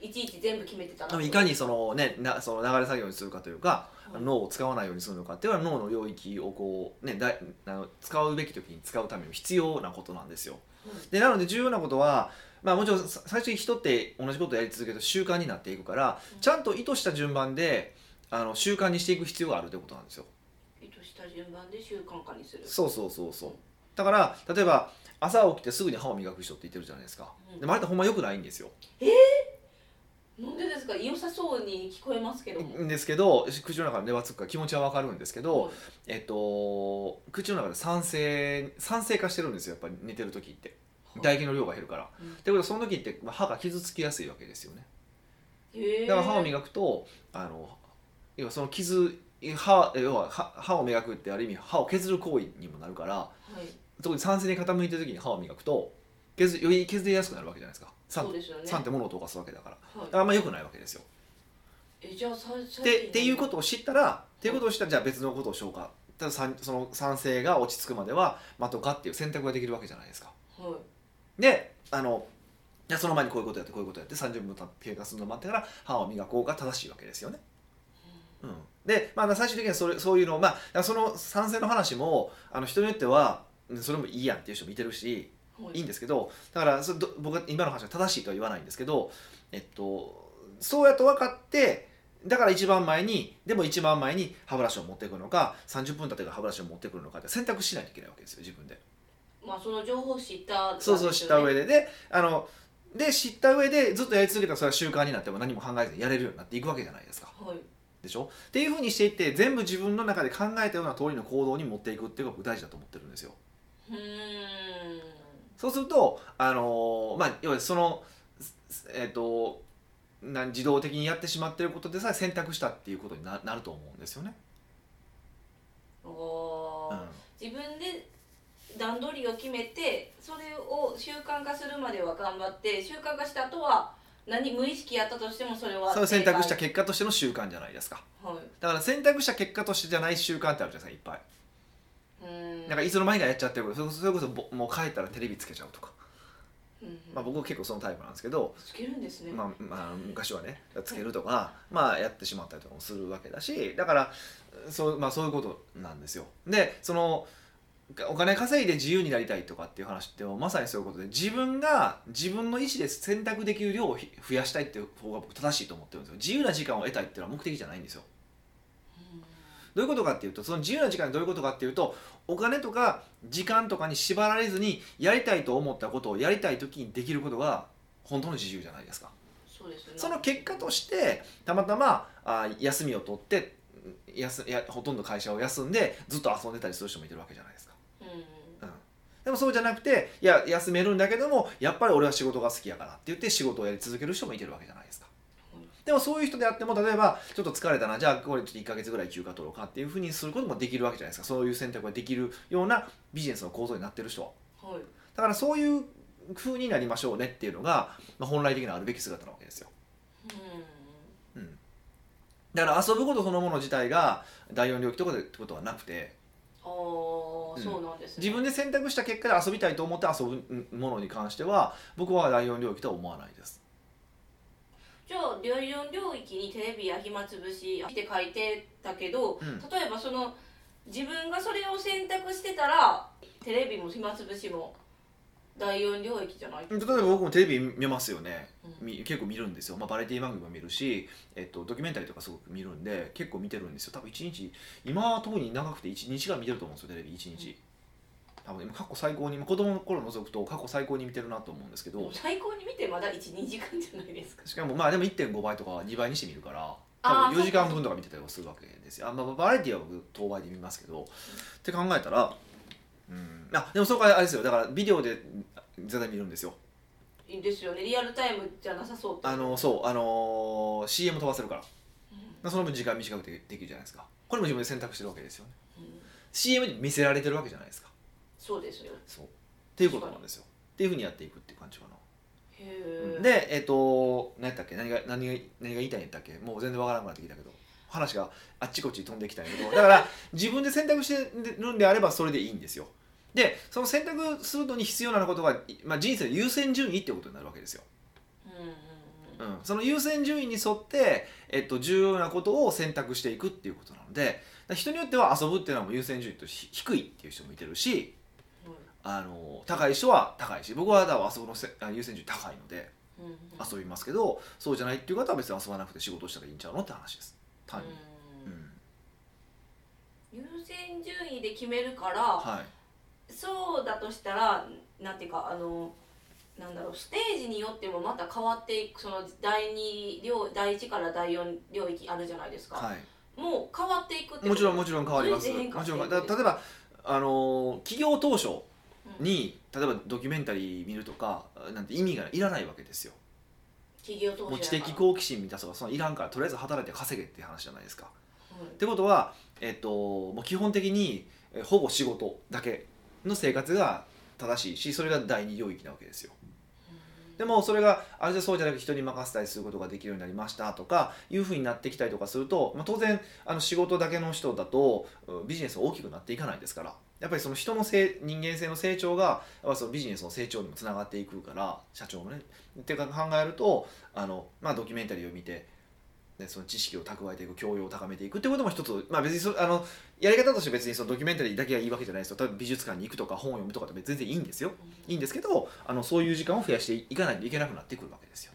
Speaker 2: いちいち全部決めてた
Speaker 1: でも
Speaker 2: ら
Speaker 1: いかにそのねなその流れ作業にするかというか、
Speaker 2: はい
Speaker 1: 脳を使わないようにするのかっていうのは脳の領域をこうねだいあの使うべき時に使うために必要なことなんですよ。
Speaker 2: うん
Speaker 1: でなので重要なことはまあもちろんさ最初に人って同じことをやり続けると習慣になっていくから
Speaker 2: うん
Speaker 1: ちゃんと意図した順番であの習慣にしていく必要があるということなんですよ。
Speaker 2: 意図した順番で習慣化にする
Speaker 1: そうそうそうそう。だから例えば朝起きてすぐに歯を磨く人って言ってるじゃないですか。
Speaker 2: うん
Speaker 1: でもあれってほんま良くないんですよ。
Speaker 2: なんでですか良さそうに聞こえますけども、
Speaker 1: んですけど口の中で粘つくから気持ちはわかるんですけど、
Speaker 2: はい
Speaker 1: えっと口の中で酸性酸性化してるんですよやっぱり寝てる時って唾液の量が減るから。
Speaker 2: うん
Speaker 1: ってことはその時ってまあ歯が傷つきやすいわけですよね。
Speaker 2: へー
Speaker 1: だから歯を磨くとあの要はその傷歯要は歯歯を磨くってある意味歯を削る行為にもなるから
Speaker 2: はい、
Speaker 1: 特に酸性に傾いてる時に歯を磨くと削より削りやすくなるわけじゃないですか酸,、
Speaker 2: そうですよね
Speaker 1: 酸って物を溶かすわけだから
Speaker 2: は
Speaker 1: だ
Speaker 2: い
Speaker 1: からあんま良くないわけですよ。
Speaker 2: えじゃあささ
Speaker 1: でっていうこととを知ったらっていうことを知ったらじゃあ別のことをしようかたださんその賛成が落ち着くまでは待とうかっていう選択ができるわけじゃないですか
Speaker 2: はい
Speaker 1: であのじゃあその前にこういうことやってこういうことやって30分経過するのを待ってから歯を磨こうが正しいわけですよね、うん、で、まあ、最終的にはそれそういうのをまあだからその賛成の話もあの人によってはうんそれもいいやんっていう人もいてるし
Speaker 2: はい
Speaker 1: いんですけどだからそれど僕は今の話は正しいとは言わないんですけど、えっと、そうやと分かってだから一番前にでも一番前に歯ブラシを持ってくるのか30分経ってから歯ブラシを持ってくるのかって選択しないといけないわけですよ自分で。
Speaker 2: まあその情報を知った、
Speaker 1: そうそう知った上
Speaker 2: で
Speaker 1: でであので知った上でずっとやり続けたらそれは習慣になっても何も考えずにやれるようになっていくわけじゃないですか。
Speaker 2: すよねはい
Speaker 1: でしょっていうふうにしていって全部自分の中で考えたような通りの行動に持っていくっていうのが僕大事だと思ってるんですよ。
Speaker 2: うーん
Speaker 1: そうすると、あのーまあ、要はその、すえっとなん自動的にやってしまってることでさえ選択したっていうことにななると思うんですよね。
Speaker 2: お
Speaker 1: う
Speaker 2: ー
Speaker 1: ん
Speaker 2: 自分で段取りを決めてそれを習慣化するまでは頑張って習慣化した後は何無意識やったとしてもそれは
Speaker 1: それを選択した
Speaker 2: はい
Speaker 1: 結果としての習慣じゃないですか。だから選択した結果としてじゃない習慣ってあるじゃないですかいっ
Speaker 2: う
Speaker 1: ぱ
Speaker 2: ー
Speaker 1: い。
Speaker 2: ん
Speaker 1: なんかいつの間にかやっちゃってることそれこそそれこそぼもう帰ったらテレビつけちゃうとか、
Speaker 2: うん
Speaker 1: まあ、僕は結構そのタイプなんですけど、
Speaker 2: つけるんですね、
Speaker 1: まあまあ、昔はねつけるとか、まあ、やってしまったりとかもするわけだしだからそう,、まあ、そういうことなんですよ。でそのお金稼いで自由になりたいとかっていう話ってまさにそういうことで自分が自分の意思で選択できる量をひ増やしたいっていう方が僕正しいと思ってるんですよ。自由な時間を得たいっていうのは目的じゃないんですよ。どういうことかっていうとその自由な時間ってどういうことかっていうとお金とか時間とかに縛られずにやりたいと思ったことをやりたい時にできることが本当の自由じゃないですか
Speaker 2: そうですね
Speaker 1: その結果としてたまたまあ休みを取って休いやほとんど会社を休んでずっと遊んでたりする人もいてるわけじゃないですか
Speaker 2: うん
Speaker 1: でもそうじゃなくていや休めるんだけどもやっぱり俺は仕事が好きやからって言って仕事をやり続ける人もいてるわけじゃないですか
Speaker 2: うん
Speaker 1: でもそういう人であっても例えばちょっと疲れたなじゃあこれちょっと1ヶ月ぐらい休暇取ろうかっていうふうにすることもできるわけじゃないですかそういう選択ができるようなビジネスの構造になってる人は
Speaker 2: はい
Speaker 1: だからそういう風になりましょうねっていうのが、まあ、本来的なあるべき姿なわけですよ
Speaker 2: う
Speaker 1: だから遊ぶことそのもの自体が第4領域とかでってことはなくて
Speaker 2: んあ
Speaker 1: うん
Speaker 2: あ、そうなんですね
Speaker 1: 自分で選択した結果で遊びたいと思って遊ぶものに関しては僕は第4領域とは思わないです
Speaker 2: じゃあ第4領域にテレビや暇つぶしって書いてたけど、
Speaker 1: うん
Speaker 2: 例えばその自分がそれを選択してたらテレビも暇つぶしも第4領域じゃない、
Speaker 1: 例えば僕もテレビ見ますよね、
Speaker 2: うん
Speaker 1: み結構見るんですよ、まあ、バラエティ番組も見るし、えっと、ドキュメンタリーとかすごく見るんで結構見てるんですよ多分1日今は特に長くて1日が見てると思うんですよテレビ1日、多分今過去最高にまあ子供の頃除くと過去最高に見てるなと思うんですけ
Speaker 2: も
Speaker 1: ど
Speaker 2: う最高に見てまだ12時間じゃないですか
Speaker 1: しかもまあでも1.5倍とか2倍にして見るから
Speaker 2: あー
Speaker 1: 多分4時間分とか見てたりはするわけですよあ、まあ、バラエティは僕当倍で見ますけど、って考えたらうんあでもそこはあれですよだからビデオで絶対見るんですよ
Speaker 2: いいですよねリアルタイムじゃなさそうって
Speaker 1: あのそうあのー CM 飛ばせるから
Speaker 2: う
Speaker 1: まあその分時間短くてできるじゃないですかこれも自分で選択してるわけですよね
Speaker 2: んうん
Speaker 1: CM に見せられてるわけじゃないですか
Speaker 2: そうですよ
Speaker 1: そうっていうことなんですよっていうふうにやっていくっていう感じか
Speaker 2: へ
Speaker 1: な、
Speaker 2: え
Speaker 1: でえっ、と何やったっけ何が何が何が言いたいんやったっけもう全然わからなくなってきたけど話があっちこっち飛んできたんやけどだから自分で選択してるんであればそれでいいんですよでその選択するのに必要なことが、まあ、人生の優先順位っていうことになるわけですよ
Speaker 2: うんうんうん
Speaker 1: うん、その優先順位に沿って、えっと、重要なことを選択していくっていうことなのでだから人によっては遊ぶっていうのはもう優先順位とし低いっていう人もいてるしあの高い人は高いし僕はだから遊ぶのせあ優先順位高いので
Speaker 2: うんうん
Speaker 1: 遊びますけどそうじゃないっていう方は別に遊ばなくて仕事したらいいんちゃうのって話です単に、
Speaker 2: う
Speaker 1: うんん
Speaker 2: 優先順位で決めるから、
Speaker 1: はい、
Speaker 2: そうだとしたらなんていうかあのなんだろうステージによってもまた変わっていくその第二領第一から第四領域あるじゃないですか、
Speaker 1: は
Speaker 2: もう変わっていくって
Speaker 1: い、もちろんもちろん変わります
Speaker 2: 随時変化
Speaker 1: も
Speaker 2: して
Speaker 1: ち
Speaker 2: い
Speaker 1: ろ
Speaker 2: く
Speaker 1: んだから例えばあの企業当初に例えばドキュメンタリー見るとかなんて意味がいらないわけですよ
Speaker 2: 企業投
Speaker 1: もう知
Speaker 2: 資だ
Speaker 1: 的
Speaker 2: から
Speaker 1: 好奇心満たすとかそのいらんからとりあえず働いて稼げって話じゃないですか。ってことは、えっと、もう基本的にえほぼ仕事だけの生活が正しいしそれが第二領域なわけですよ。でもそれがあれじゃそうじゃなくて人に任せたりすることができるようになりましたとかいうふうになってきたりとかすると、まあ、当然あの仕事だけの人だとうんビジネスは大きくなっていかないですからやっぱりその人のせい人間性の成長がやっぱそのビジネスの成長にもつながっていくから社長もね。ってか考えるとあの、まあ、ドキュメンタリーを見て。でその知識を蓄えていく教養を高めていくってことも一つ、まあ、別にそあのやり方として別にそのドキュメンタリーだけがいいわけじゃないですよ例えば美術館に行くとか本を読むとかって全然いいんですよいいんですけどあのそういう時間を増やしていかないといけなくなってくるわけですよ、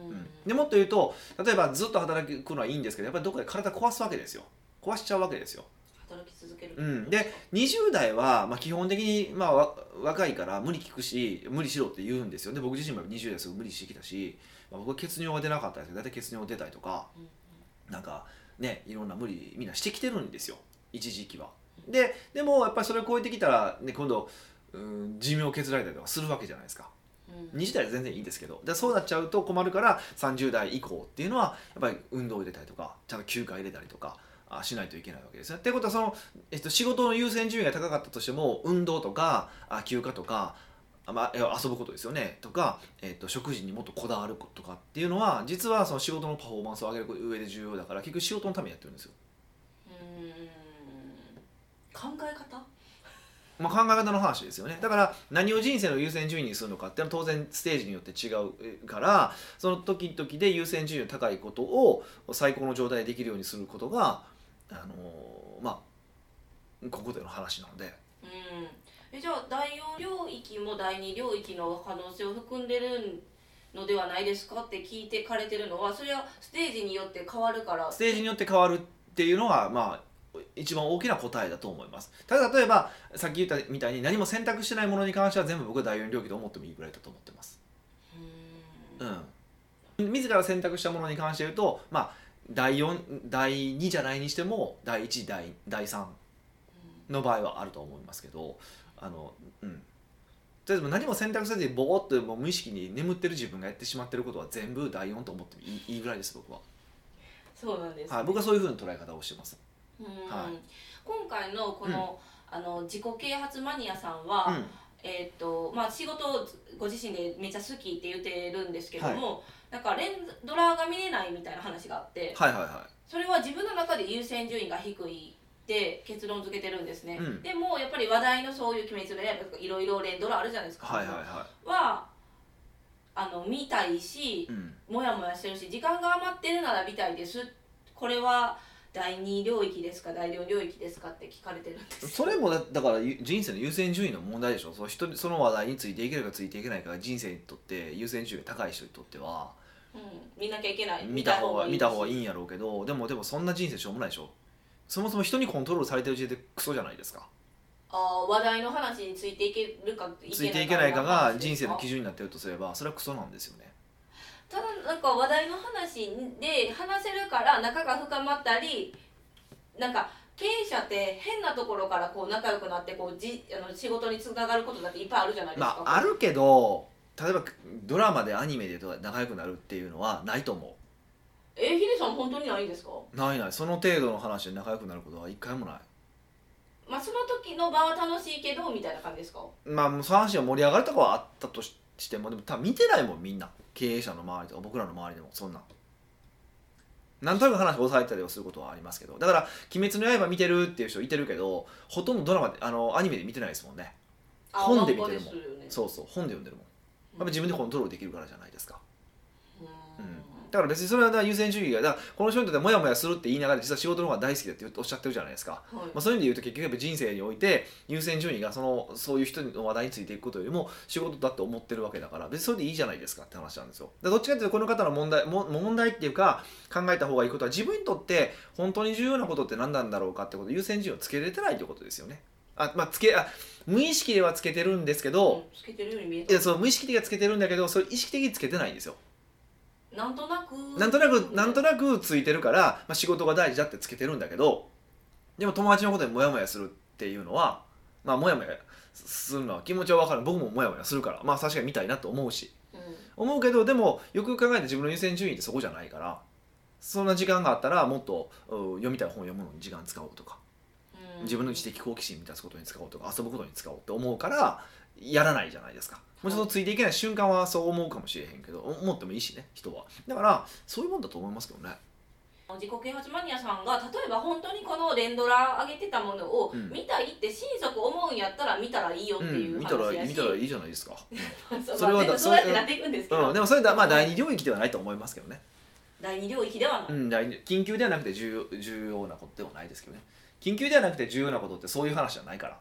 Speaker 2: うん
Speaker 1: う
Speaker 2: うん
Speaker 1: ん、でもっと言うと例えばずっと働くのはいいんですけどやっぱりどっかで体壊すわけですよ壊しちゃうわけですよ、
Speaker 2: 働き続ける、
Speaker 1: うん、で20代はまあ基本的にまあわ若いから無理聞くし無理しろって言うんですよで僕自身も20代すごい無理してきたし、まあ、僕は血尿が出なかったんですけど大体血尿出たりとか
Speaker 2: うんうん
Speaker 1: なんかねいろんな無理みんなしてきてるんですよ一時期は。ででもやっぱりそれを超えてきたら、ね、今度、うん、寿命を削られたりとかするわけじゃないですか。
Speaker 2: うん
Speaker 1: 20代は全然いいですけどでそうなっちゃうと困るから30代以降っていうのはやっぱり運動を入れたりとかちゃんと休暇入れたりとかあしないといけないわけですよ。ってことはその、えっと、仕事の優先順位が高かったとしても運動とかあ休暇とか、あまあ、いや遊ぶことですよねとか、えっと、食事にもっとこだわることとかっていうのは実はその仕事のパフォーマンスを上げる上で重要だから結局仕事のためにやってるんですよ。
Speaker 2: 考え方
Speaker 1: まあ、考え方の話ですよねだから何を人生の優先順位にするのかっていうのは当然ステージによって違うえからその時々で優先順位の高いことを最高の状態でできるようにすることが、あのーまあここでの話なので
Speaker 2: うんえじゃあ第4領域も第2領域の可能性を含んでるのではないですかって聞いてかれてるのはそれはステージによって変わるから
Speaker 1: ステージによって変わるっていうのがまあ一番大きな答えだと思いますただ例えばさっき言ったみたいに何も選択してないものに関しては全部僕は第4領域と思ってもいいぐらいだと思ってます
Speaker 2: うん
Speaker 1: うん、自ら選択したものに関して言うと、まあ、第4第2じゃないにしても第1第第3の場合はあると思いますけどあの、うん、例えば何も選択せずにボーっともう無意識に眠ってる自分がやってしまってることは全部第4と思ってもいいいいぐらいです僕は、
Speaker 2: そうなんです、
Speaker 1: はい、僕はそういうふうな捉え方をしてます。
Speaker 2: うん
Speaker 1: は
Speaker 2: 今回のこの,、あの自己啓発マニアさんは、
Speaker 1: うん
Speaker 2: えーとまあ、仕事をご自身でめっちゃ好きって言ってるんですけども、なんか連ドラが見れないみたいな話があって
Speaker 1: はいはいは
Speaker 2: それは自分の中で優先順位が低いって結論付けてるんですね、
Speaker 1: うん
Speaker 2: でもやっぱり話題のそういう「鬼滅の刃」とかいろいろ連ドラあるじゃないですか、
Speaker 1: いはいはいは
Speaker 2: はあの見たいし
Speaker 1: い、うん、
Speaker 2: モヤモヤしてるし時間が余ってるなら見たいですこれは第二領域ですか第四領域ですかって聞かれてるんです
Speaker 1: それもだだからゆ人生の優先順位の問題でしょその人その話題についていけるかついていけないかが人生にとって優先順位が高い人にとっては
Speaker 2: うん、見なきゃいけない
Speaker 1: 見た方が見た方がい
Speaker 2: い
Speaker 1: いんやろうけどでもでもそんな人生しょうもないでしょそもそも人にコントロールされてる時点でクソじゃないですか
Speaker 2: あー話題の話についていけるか
Speaker 1: ついていけないかが人生の基
Speaker 2: 準
Speaker 1: 準になってるとすればそれはクソなんですよね
Speaker 2: ただなんか話題の話で話せるから仲が深まったりなんか経営者って変なところからこう仲良くなってこうじあの仕事につながることだっていっぱいあるじゃないですか
Speaker 1: ま、ああるけど例えばドラマでアニメで仲良くなるっていうのはないと思
Speaker 2: えヒデさん本当にないんですか
Speaker 1: うないないその程度の話で仲良くなることは一回もない
Speaker 2: まあその時の場は楽しいけどみたいな感じですか
Speaker 1: まあ、もうその話が盛り上がるとこはあったとししてもでも多分見てないもんみんな経営者の周りとか僕らの周りでもそんなんなんとなく話を抑えたりはすることはありますけどだから「鬼滅の刃」見てるっていう人いてるけどほとんどドラマであのアニメで見てないですもんね
Speaker 2: あ
Speaker 1: 本で見てるもん
Speaker 2: 漫画ですよね
Speaker 1: そうそう本で読んでるもんやっぱ自分でコントロールできるからじゃないですかうん
Speaker 2: うん
Speaker 1: だから別にそれはだから優先順位がだからこの人にとってモヤモヤするって言いながら実は仕事の方が大好きだっておっしゃってるじゃないですか
Speaker 2: はい
Speaker 1: まあ、そういう意味で言うと結局やっぱ人生において優先順位がそのそういう人の話題についていくことよりも仕事だって思ってるわけだから別にそれでいいじゃないですかって話なんですよだからどっちかというとこの方の問題も問題っていうか考えた方がいいことは自分にとって本当に重要なことって何なんだろうかってこと優先順位をつけれてないってことですよねあまあつけあ無意識ではつけてるんですけど、
Speaker 2: うんつけてるように見え
Speaker 1: いや
Speaker 2: た
Speaker 1: そう無意識的はつけてるんだけどそれ意識的につけてないんですよ
Speaker 2: なんとなく
Speaker 1: なんとなくなんと
Speaker 2: な
Speaker 1: なくついてるから、まあ、仕事が大事だってつけてるんだけどでも友達のことでモヤモヤするっていうのはまあモヤモヤするのは気持ちは分かる僕もモヤモヤするからまあ確かに見たいなと思うし
Speaker 2: く、うん
Speaker 1: 思うけどでもよくよく考えて自分の優先順位ってそこじゃないからそんな時間があったらもっとうん読みたい本を読むのに時間使おうとか
Speaker 2: うん
Speaker 1: 自分の知的好奇心満たすことに使おうとか遊ぶことに使おうって思うからやらないじゃないですかもうちょっとついていけない瞬間はそう思うかもしれへんけど思ってもいいしね人はだからそういうもんだと思いますけどね
Speaker 2: 自己啓発マニアさんが例えば本当にこの連ドラ上げてたものを
Speaker 1: うん
Speaker 2: 見たいって心底思うんやったら見たらいいよって
Speaker 1: う
Speaker 2: い
Speaker 1: ん、
Speaker 2: う
Speaker 1: 見たら
Speaker 2: 話や
Speaker 1: 見
Speaker 2: し、
Speaker 1: たらいいじゃない ですか、
Speaker 2: そ
Speaker 1: そ
Speaker 2: れ
Speaker 1: れは
Speaker 2: は
Speaker 1: だ
Speaker 2: そうやっ
Speaker 1: そ
Speaker 2: て
Speaker 1: れ
Speaker 2: なっていくんですけ
Speaker 1: う
Speaker 2: ど、
Speaker 1: ん、でもそれだまあ第二領域ではないと思いますけどね、
Speaker 2: 第二領域では
Speaker 1: う
Speaker 2: ない、
Speaker 1: ん、第二緊急ではなくて重要重要なことではないですけどね緊急ではなくて重要なことってそういう話じゃないから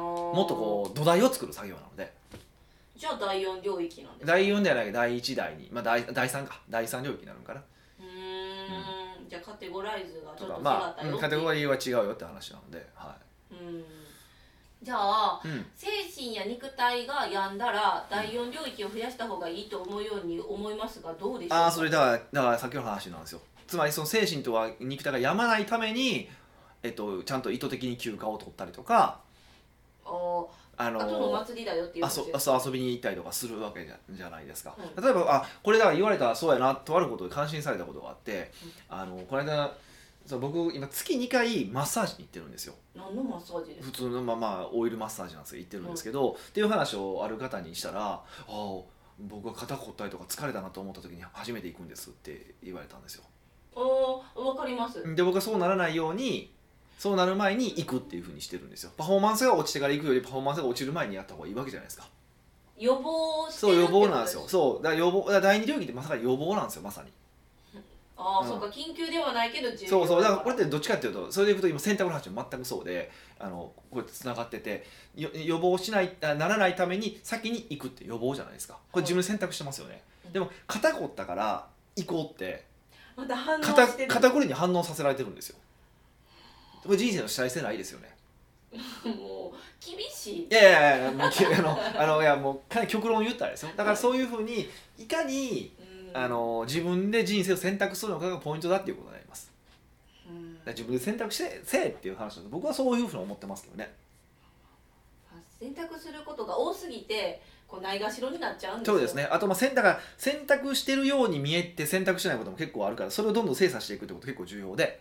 Speaker 1: も
Speaker 2: も
Speaker 1: っとこう土台を作る作業なので
Speaker 2: うじゃあ第四領域なんです
Speaker 1: 第4ではなくて第1第2、まあ、第第3か第3領域になるのかな
Speaker 2: うーんじゃあカテゴライズが
Speaker 1: と
Speaker 2: ちょっ
Speaker 1: か
Speaker 2: と違
Speaker 1: ま
Speaker 2: った
Speaker 1: あ、う
Speaker 2: よ
Speaker 1: んカテゴリーは違うよって話なので、は
Speaker 2: うんじゃあ
Speaker 1: いうん、
Speaker 2: 精神や肉体が病んだら第四領域を増やした方がいいと思うように思いますがどうでしょうか
Speaker 1: ああそれだからだからさっきの話なんですよつまりその精神とは肉体が病まないために、えっと、ちゃんと意図的に休暇を取ったりとか
Speaker 2: あー
Speaker 1: あの
Speaker 2: あとの祭りだよっていう
Speaker 1: あ
Speaker 2: 話
Speaker 1: そそう遊びに行ったりとかするわけじゃじゃないですか、
Speaker 2: う
Speaker 1: 例えばあこれだから言われたらそうやなとあることで感心されたことがあって、あのこの間そう僕今月2回マッサージに行ってるんですよ
Speaker 2: 何のマッサージです
Speaker 1: 普
Speaker 2: か
Speaker 1: 通のまあまあオイルマッサージなんですけど行ってるんですけど、っていう話をある方にしたら「ああ僕は肩こったりとか疲れたなと思った時に初めて行くんです」って言われたんですよ
Speaker 2: おーわかります
Speaker 1: で僕はそうならないようにそうなる前に行くっていうふうにしてるんですよパフォーマンスが落ちてから行くよりパフォーマンスが落ちる前にやった方がいいわけじゃないですか
Speaker 2: 予防して
Speaker 1: そ
Speaker 2: る
Speaker 1: う
Speaker 2: って
Speaker 1: 予
Speaker 2: こと
Speaker 1: 防なんですよそうだから予防だから第二領域ってまさか予防なんですよまさに
Speaker 2: ああ、
Speaker 1: うん
Speaker 2: そうか緊急ではないけど重要
Speaker 1: そうそうだからこれってどっちかっていうとそれでいくと今選択の話も全くそうであのこうやってつながっててよ予防しないあならないために先に行くって予防じゃないですかこれ自分で選択してますよね、
Speaker 2: うん
Speaker 1: でも肩こったから行こうって
Speaker 2: また反応
Speaker 1: 肩
Speaker 2: してる
Speaker 1: 肩こりに反応させられてるんですよこれ人生の主体性ないですよね
Speaker 2: うもう厳し
Speaker 1: い
Speaker 2: い
Speaker 1: やいやいや もうきあのあのいやもうかなり極論言ったらですよだからそういうふうにいかに
Speaker 2: うん
Speaker 1: あの自分で人生を選択するのかがポイントだっていうことになります
Speaker 2: うん
Speaker 1: だから自分で選択してせえっていう話なんで僕はそういうふうに思ってますけどね
Speaker 2: 選択することが多すぎてこうないがしろになっちゃうんですよ
Speaker 1: そうですねあとまあ選だから選択してるように見えて選択してないことも結構あるからそれをどんどん精査していくってこと結構重要で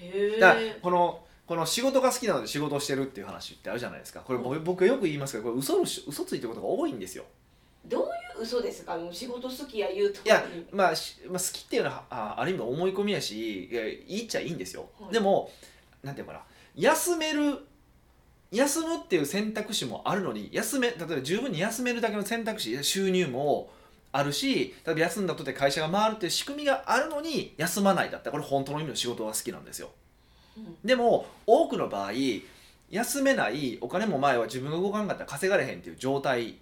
Speaker 2: へ
Speaker 1: だから
Speaker 2: え
Speaker 1: このこの仕事が好きなので仕事をしてるっていう話ってあるじゃないですかこれ僕僕よく言いますけどこれ嘘のし嘘ついてることが多いんですよ
Speaker 2: どういう嘘ですかもう仕事好きや言うと
Speaker 1: いやまあ、しまあ好きっていうのはあある意味思い込みやしいやいいっちゃいいんですよ、
Speaker 2: はい
Speaker 1: でもなんていうのかな休める休むっていう選択肢もあるのに休め例えば十分に休めるだけの選択肢収入もあるし例えば休んだとて会社が回るっていう仕組みがあるのに休まないだったらこれ本当の意味の仕事が好きなんですよ
Speaker 2: うん
Speaker 1: でも多くの場合休めないお金も前は自分が動かんかったら稼がれへんっていう状態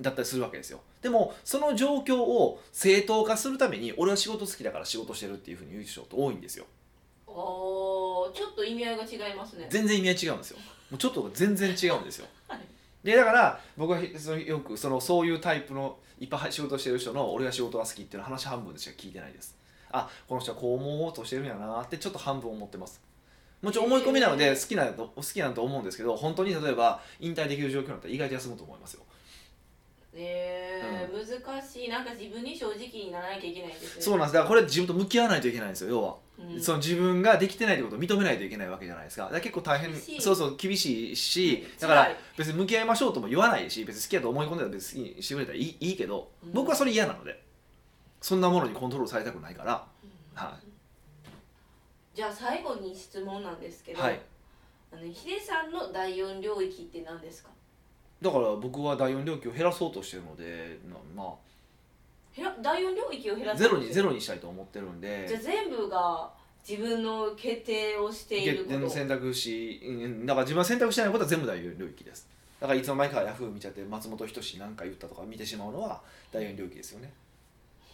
Speaker 1: だったりするわけですよでもその状況を正当化するために俺は仕事好きだから仕事してるっていうふうに言う人って多いんですよ
Speaker 2: おーちょっと意味合いが違いますね
Speaker 1: 全然意味合い違うんですよもうちょっと全然違うんですよ
Speaker 2: はい
Speaker 1: でだから僕はそのよくそのそういうタイプのいっぱい仕事してる人の俺が仕事が好きっていうの話半分でしか聞いてないですあこの人はこう思おうとしてるんやなってちょっと半分思ってますもちろん思い込みなので好きなと好きなんだと思うんですけど本当に例えば引退できる状況になったら意外と休むと思いますよ
Speaker 2: えー難しいなんか自分に正直にならなきゃいけないですね
Speaker 1: そうなんですだからこれ自分と向き合わないといけないんですよ要は
Speaker 2: うん
Speaker 1: その自分ができてないってことを認めないといけないわけじゃないですかだから結構大変
Speaker 2: 厳しい
Speaker 1: そうそう厳しいし
Speaker 2: うん
Speaker 1: だから
Speaker 2: 辛い
Speaker 1: 別に向き合いましょうとも言わないし別に好きやと思い込んでたら別に好きにしてくれたらいいいいけど
Speaker 2: うん
Speaker 1: 僕はそれ嫌なのでそんなものにコントロールされたくないから、は
Speaker 2: じゃあ最後に質問なんですけど、
Speaker 1: はい、
Speaker 2: あのヒデさんの第四領域って何ですか
Speaker 1: だから僕は第4領域を減らそうとしてるのでなま
Speaker 2: 減ら第四領域を減ら
Speaker 1: あ
Speaker 2: す
Speaker 1: ゼロにゼ
Speaker 2: ロ
Speaker 1: ロにしたいと思ってるん
Speaker 2: じゃあ
Speaker 1: で
Speaker 2: 全部が自分の決定をしてい
Speaker 1: 決
Speaker 2: るこ
Speaker 1: 定の
Speaker 2: と
Speaker 1: 選択肢うんだから自分は選択してないことは全部第4領域ですだからいつの間にかヤフー見ちゃって松本人志なんか言ったとか見てしまうのは第4領域ですよね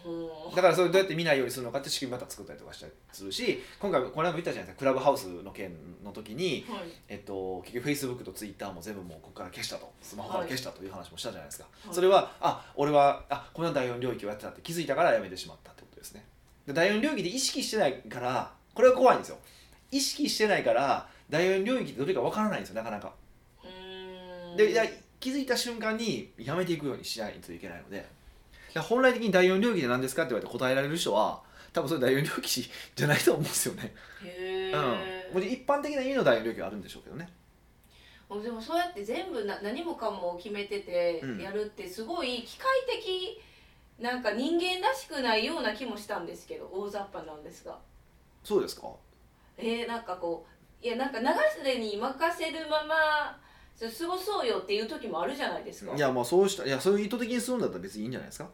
Speaker 2: ほう
Speaker 1: だからそれどうやって見ないようにするのかって仕組みまた作ったりとかしたりするし今回これも言ったじゃないですかクラブハウスの件の時に、
Speaker 2: はい
Speaker 1: えっと、結局フェイスブックとツイッターも全部もうここから消したとスマホから消したという話もしたじゃないですか、
Speaker 2: はい
Speaker 1: それはあ俺はあこの第4領域をやってたって気づいたからやめてしまったってことですねで第4領域で意識してないからこれが怖いんですよ意識してないから第4領域ってどれかわからないんですよなかなか
Speaker 2: うーん
Speaker 1: でいや気づいた瞬間にやめていくようにしないといけないのでだから本来的に第4領域で何ですかって言われて答えられる人は多分それ第4領域じゃないと思うんですよね、
Speaker 2: へえ、
Speaker 1: うん、もう一般的な意味の第4領域はあるんでしょうけどね
Speaker 2: でもそうやって全部な何もかも決めてて
Speaker 1: うん
Speaker 2: やるってすごい機械的なんか人間らしくないような気もしたんですけど大雑把なんですが
Speaker 1: そうですか
Speaker 2: えー、なんかこういやなんか流れに任せるままそう過ごそうよっていう時もあるじゃないですか
Speaker 1: いやまあそうしたいやそういう意図的にするんだったら別にいいんじゃないですか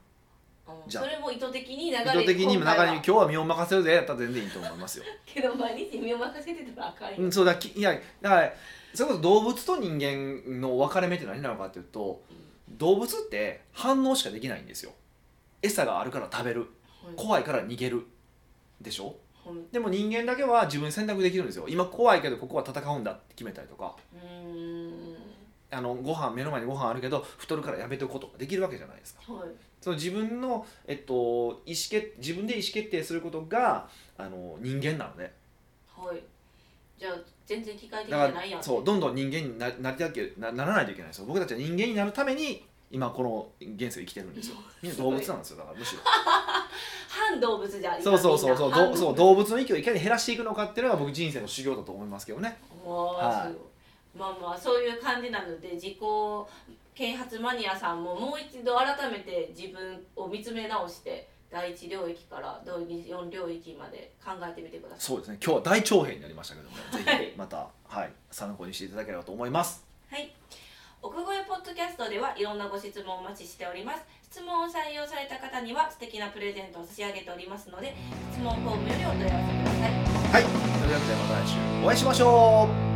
Speaker 2: うん
Speaker 1: じゃあ
Speaker 2: それも意図的に流れ
Speaker 1: 意図的に流
Speaker 2: 今回
Speaker 1: れに今
Speaker 2: は
Speaker 1: 日は身を任せるぜやったら全然いいと思いますよ、
Speaker 2: けど毎日身を任せてたらあかんよ、
Speaker 1: うん、そうだきいやだからそれこそ動物と人間の分かれ目って何なのかっていうと動物って反応しかできないんですよ餌があるから食べる
Speaker 2: はい
Speaker 1: 怖いから逃げるでしょ
Speaker 2: はい
Speaker 1: でも人間だけは自分で選択できるんですよ今怖いけどここは戦うんだって決めたりとか
Speaker 2: うーん
Speaker 1: あのご飯目の前にご飯あるけど太るからやめておこうとかできるわけじゃないですか
Speaker 2: はい
Speaker 1: その自分の、えっと、意思決自分で意思決定することがあの人間なので
Speaker 2: はいじゃあ全然機械的じ
Speaker 1: だ
Speaker 2: ゃ
Speaker 1: か
Speaker 2: ないやん
Speaker 1: らそうどんどん人間にななりたけなならないといけないんですよ僕たちは人間になるために今この現世を生きてるんですよみんな動物なんですよだからむしろ
Speaker 2: 反動物じゃん
Speaker 1: そうそうそうそう
Speaker 2: 今
Speaker 1: ど
Speaker 2: みんな
Speaker 1: うそう動物の域をいかに減らしていくのかっていうのが僕人生の修行だと思いますけどね
Speaker 2: お
Speaker 1: は
Speaker 2: ー
Speaker 1: い
Speaker 2: すごいまあまあそういう感じなので自己啓発マニアさんももう一度改めて自分を見つめ直して第一領域から第四領域まで考えてみてくださ
Speaker 1: そうですね今日は大長編になりましたけどもぜひまた、はい、参考にしていただければと思います
Speaker 2: いはい奥越えポッドキャストではいろんなご質問をお待ちしております質問を採用された方には素敵なプレゼントを差し上げておりますので質問フォームよりお問い合わせください
Speaker 1: はいというわけでまた来週お会いしましょう